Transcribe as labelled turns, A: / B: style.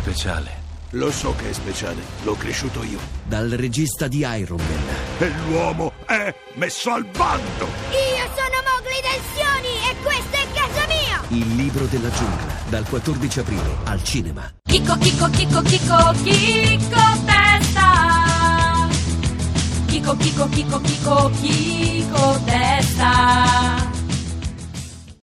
A: speciale.
B: Lo so che è speciale, l'ho cresciuto io.
C: Dal regista di Iron Man,
B: E l'uomo è messo al bando!
D: Io sono Mowgli Tensioni e questo è casa mia!
C: Il libro della giungla, dal 14 aprile al cinema.
E: Chicco, chicco, chicco, chicco, chicco testa. Chicco, chicco, chicco, chicco, chicco testa.